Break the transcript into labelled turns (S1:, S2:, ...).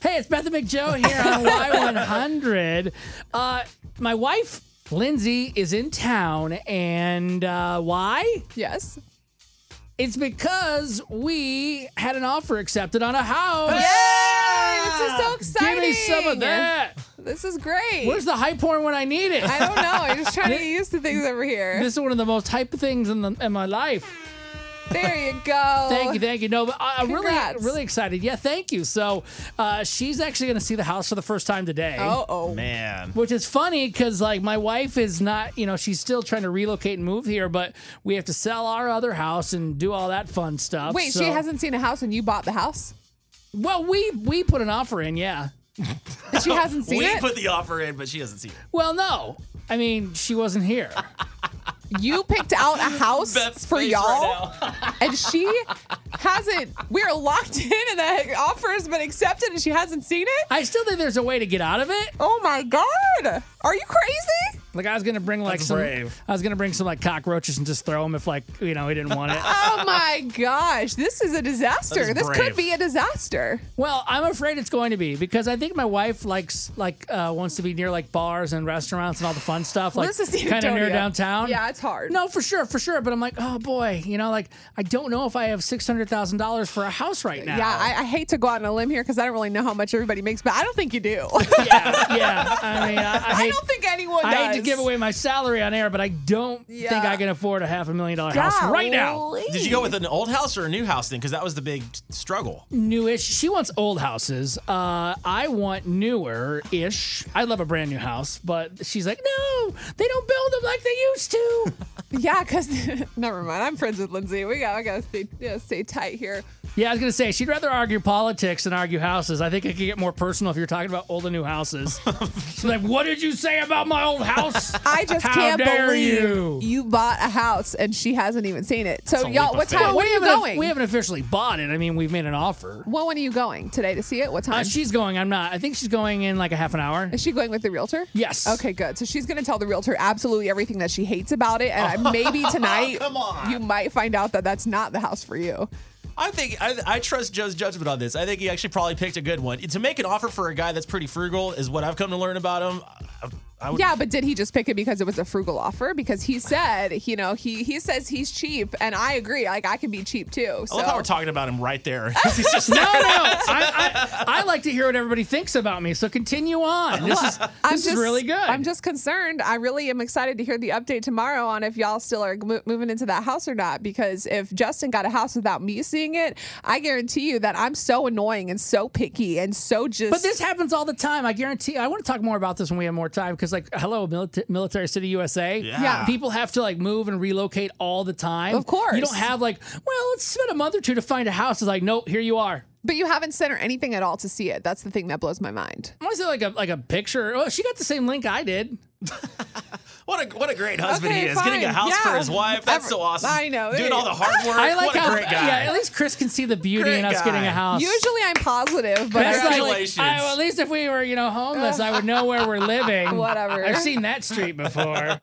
S1: Hey, it's Beth and McJoe here on Y100. Uh, my wife, Lindsay, is in town, and uh, why?
S2: Yes.
S1: It's because we had an offer accepted on a house.
S2: Yay! This is so
S1: Give
S2: exciting.
S1: me some of that.
S2: This is great.
S1: Where's the hype porn when I need it?
S2: I don't know. I'm just trying to get used to things over here.
S1: This is one of the most hype things in, the, in my life.
S2: there you go.
S1: Thank you, thank you. No, but I- I'm really,
S2: Congrats.
S1: really excited. Yeah, thank you. So, uh, she's actually going to see the house for the first time today.
S2: Oh, oh.
S3: Man.
S1: Which is funny because, like, my wife is not, you know, she's still trying to relocate and move here, but we have to sell our other house and do all that fun stuff.
S2: Wait,
S1: so-
S2: she hasn't seen a house and you bought the house?
S1: Well, we we put an offer in, yeah.
S2: And she hasn't seen
S3: we
S2: it?
S3: put the offer in, but she doesn't see it.
S1: Well, no, I mean she wasn't here.
S2: you picked out a house
S3: Beth's
S2: for
S3: face
S2: y'all
S3: Right now.
S2: and she hasn't. We are locked in and the offer has been accepted and she hasn't seen it?
S1: I still think there's a way to get out of it.
S2: Oh my God. Are you crazy?
S1: Like I was gonna bring like
S3: That's
S1: some,
S3: brave.
S1: I was gonna bring some like cockroaches and just throw them if like you know he didn't want it.
S2: Oh my gosh. This is a disaster.
S3: That is
S2: this
S3: brave.
S2: could be a disaster.
S1: Well, I'm afraid it's going to be because I think my wife likes like uh, wants to be near like bars and restaurants and all the fun stuff, like
S2: This is the
S1: kind of near
S2: Antonia.
S1: downtown.
S2: Yeah, it's hard.
S1: No, for sure, for sure. But I'm like, oh boy, you know, like I don't know if I have six hundred thousand dollars for a house right now.
S2: Yeah, I, I hate to go out on a limb here because I don't really know how much everybody makes, but I don't think you do.
S1: yeah, yeah. I mean, I, I
S2: I
S1: hate,
S2: don't think anyone does.
S1: I hate to give away my salary on air, but I don't think
S2: Yeah.
S1: I can afford a half a million dollar house right now.
S2: Golly.
S3: Did you go with an old house or a new house then? Because that was the big struggle.
S1: Newish. She wants old houses. Uh, I want newer ish. I love a brand new house, but she's like, no, they don't build them like they used to.
S2: Yeah, because never mind. I'm friends with Lindsay. We got. I gotta stay. Yeah, stay tight here.
S1: yeah, I was gonna say she'd rather argue politics than argue houses. I think it could get more personal if you're talking about old and new houses. she's like, what did you say about my old house?
S2: I just
S1: How
S2: can't
S1: dare
S2: believe
S1: you.
S2: bought a house and she hasn't even seen it. So
S3: a
S2: y'all,
S3: leap
S2: what
S3: of
S2: time?
S3: faith.
S1: We
S2: Where are you
S1: haven't-
S2: going?
S1: We haven't officially bought it. I mean, we've made an offer.
S2: well, when are you going today to see it? What time?
S1: Uh, she's going. I'm not. I think she's going in like a half an hour.
S2: Is she going with the realtor?
S1: Yes.
S2: Okay, good. So she's going to tell the realtor absolutely everything that she hates about it, and I- maybe tonight
S3: Come on.
S2: you might find out that that's not the house for you.
S3: I think I, I trust Joe's judgment on this. I think he actually probably picked a good one. To make an offer for a guy that's pretty frugal is what I've come to learn about him. I, I would,
S2: Yeah, but did he just pick it because it was a frugal offer? Because he said, you know, he he says he's cheap, and I agree. Like I can be cheap too.
S3: I
S2: So Ah.
S3: love how we're talking about him right there. He's just
S1: No, no. I, I, I like to hear what everybody thinks about me. So continue on. This is this
S2: I'm
S1: is really good.
S2: I'm just concerned. I really am excited to hear the update tomorrow on if y'all still are mo- moving into that house or not. Because if Justin got a house without me seeing it, I guarantee you that I'm so annoying and so picky and so just.
S1: But this happens all the time. I guarantee. I want to talk more about this when we have more time because, like, hello, Milita- military city USA.
S3: Yeah.
S1: People have to like move and relocate all the time.
S2: Of course.
S1: You don't have like, well, let's spend a month or two to find a house. It's like, nope, here you are.
S2: But you haven't sent her anything at all to see it. That's the thing that blows my mind.
S1: I want to say like a like a picture. Oh, she got the same link I did.
S3: What a what a great husband
S2: Okay,
S3: he is! Getting a
S2: fine.
S3: house for
S2: Yeah.
S3: his wife. That's
S2: Ever-
S3: so awesome.
S2: I know.
S3: Doing all the hard work.
S1: I like
S3: what
S1: how
S3: a great guy.
S1: yeah. At least Chris can see the beauty in
S3: Great
S1: us getting a
S3: guy.
S1: house.
S2: Usually I'm positive, but
S1: That's
S2: I'm
S1: like,
S2: like,
S3: Congratulations.
S1: I- well, at least if we were, you know, homeless, I would know where we're living.
S2: Whatever.
S1: I've seen that street before.